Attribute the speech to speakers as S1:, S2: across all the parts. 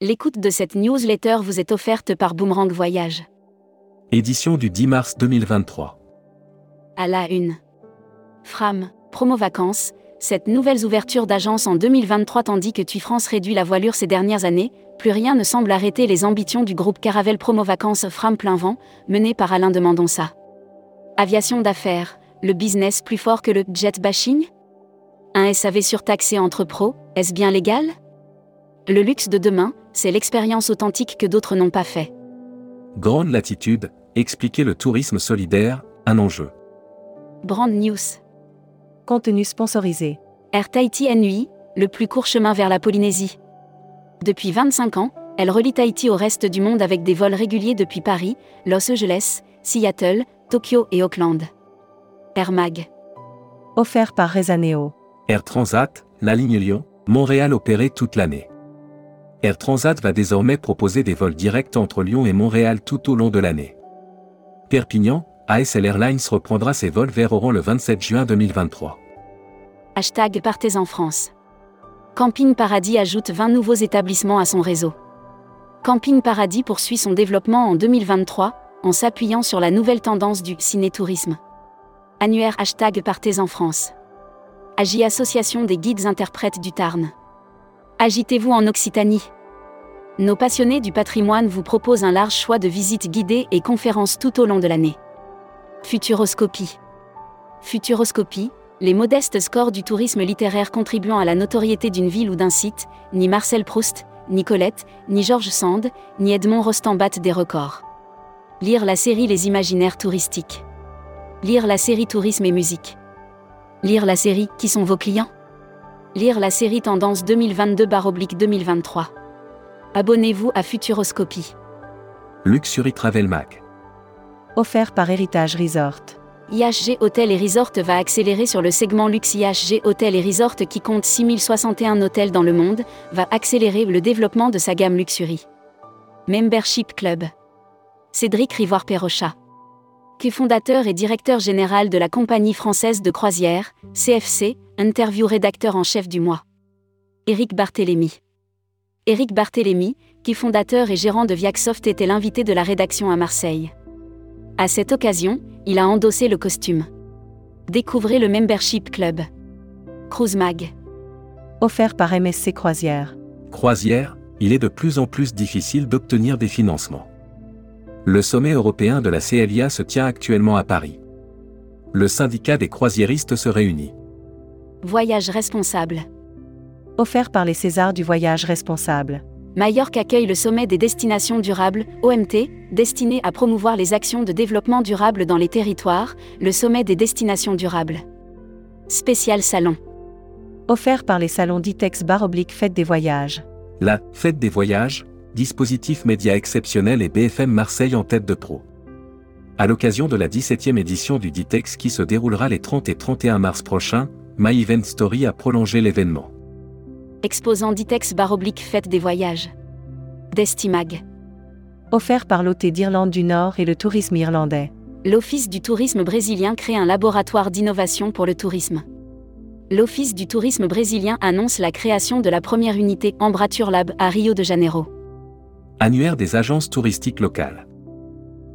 S1: L'écoute de cette newsletter vous est offerte par Boomerang Voyage.
S2: Édition du 10 mars 2023.
S1: À la une. Fram, promo vacances, cette nouvelle ouverture d'agence en 2023 tandis que TUI France réduit la voilure ces dernières années, plus rien ne semble arrêter les ambitions du groupe Caravelle Promo Vacances Fram Plein Vent, mené par Alain Demandonça. Aviation d'affaires, le business plus fort que le jet bashing Un SAV surtaxé entre pros, est-ce bien légal Le luxe de demain, c'est l'expérience authentique que d'autres n'ont pas fait.
S2: Grande latitude, expliquer le tourisme solidaire, un enjeu.
S1: Brand News.
S3: Contenu sponsorisé.
S1: Air Tahiti Nui, le plus court chemin vers la Polynésie. Depuis 25 ans, elle relie Tahiti au reste du monde avec des vols réguliers depuis Paris, Los Angeles, Seattle, Tokyo et Auckland. Air Mag.
S3: Offert par Rezaneo.
S2: Air Transat, la ligne Lyon, Montréal opérée toute l'année. Air Transat va désormais proposer des vols directs entre Lyon et Montréal tout au long de l'année. Perpignan, ASL Airlines reprendra ses vols vers Oran le 27 juin 2023.
S1: Hashtag Partez en France. Camping Paradis ajoute 20 nouveaux établissements à son réseau. Camping Paradis poursuit son développement en 2023 en s'appuyant sur la nouvelle tendance du ciné-tourisme. Annuaire hashtag Partez en France. Agi Association des guides interprètes du Tarn. Agitez-vous en Occitanie. Nos passionnés du patrimoine vous proposent un large choix de visites guidées et conférences tout au long de l'année. Futuroscopie. Futuroscopie, les modestes scores du tourisme littéraire contribuant à la notoriété d'une ville ou d'un site, ni Marcel Proust, ni Colette, ni Georges Sand, ni Edmond Rostand battent des records. Lire la série Les imaginaires touristiques. Lire la série Tourisme et musique. Lire la série Qui sont vos clients Lire la série Tendance 2022-2023. Abonnez-vous à Futuroscopie.
S2: Luxury Travel Mac.
S3: Offert par Héritage Resort.
S1: IHG Hôtel et Resort va accélérer sur le segment luxe IHG Hôtel et Resort qui compte 6061 hôtels dans le monde, va accélérer le développement de sa gamme Luxury. Membership Club. Cédric Rivoire-Perrochat. Co-fondateur et directeur général de la compagnie française de croisière, CFC, interview rédacteur en chef du mois. Éric Barthélémy. Éric Barthélémy, qui fondateur et gérant de Viacsoft était l'invité de la rédaction à Marseille. À cette occasion, il a endossé le costume. Découvrez le Membership Club. Cruise Mag.
S3: Offert par MSC Croisière.
S2: Croisière, il est de plus en plus difficile d'obtenir des financements. Le sommet européen de la CLIA se tient actuellement à Paris. Le syndicat des croisiéristes se réunit.
S1: Voyage responsable.
S3: Offert par les Césars du Voyage Responsable.
S1: Majorque accueille le sommet des destinations durables, OMT, destiné à promouvoir les actions de développement durable dans les territoires, le sommet des destinations durables. Spécial salon.
S3: Offert par les salons Ditex Bar Oblique Fête des Voyages.
S2: La Fête des voyages, dispositif média exceptionnel et BFM Marseille en tête de pro. À l'occasion de la 17e édition du Ditex qui se déroulera les 30 et 31 mars prochains, My Event Story a prolongé l'événement.
S1: Exposant Ditex baroblique Fête des voyages. Destimag.
S3: Offert par l'OT d'Irlande du Nord et le tourisme irlandais.
S1: L'Office du tourisme brésilien crée un laboratoire d'innovation pour le tourisme. L'Office du tourisme brésilien annonce la création de la première unité Embrature Lab à Rio de Janeiro.
S2: Annuaire des agences touristiques locales.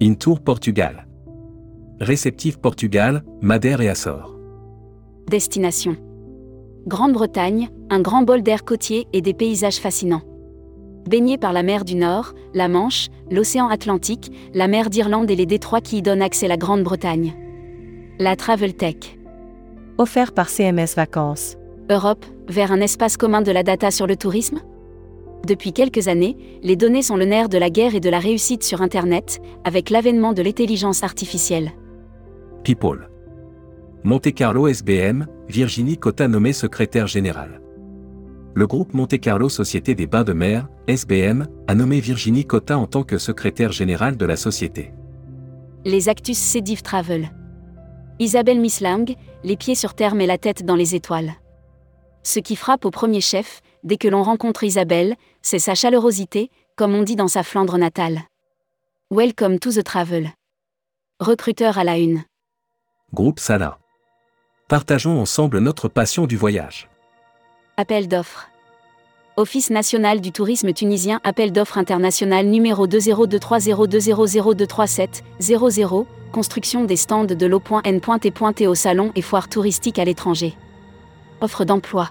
S2: Intour Portugal. Réceptive Portugal, Madère et Açores.
S1: Destination. Grande-Bretagne, un grand bol d'air côtier et des paysages fascinants. Baigné par la mer du Nord, la Manche, l'océan Atlantique, la mer d'Irlande et les détroits qui y donnent accès à la Grande-Bretagne. La Travel Tech.
S3: Offert par CMS Vacances.
S1: Europe, vers un espace commun de la data sur le tourisme Depuis quelques années, les données sont le nerf de la guerre et de la réussite sur Internet, avec l'avènement de l'intelligence artificielle.
S2: People. Monte Carlo SBM, Virginie Cotta nommée secrétaire générale. Le groupe Monte Carlo Société des Bains de Mer, SBM, a nommé Virginie Cotta en tant que secrétaire générale de la société.
S1: Les Actus Cédiv Travel. Isabelle Mislang, les pieds sur terre mais la tête dans les étoiles. Ce qui frappe au premier chef, dès que l'on rencontre Isabelle, c'est sa chaleurosité, comme on dit dans sa Flandre natale. Welcome to the travel. Recruteur à la une.
S2: Groupe Sala. Partageons ensemble notre passion du voyage.
S1: Appel d'offres. Office national du tourisme tunisien appel d'offres international numéro 2023020023700 construction des stands de l'eau.n pointé pointé au salon et foire touristique à l'étranger. Offre d'emploi.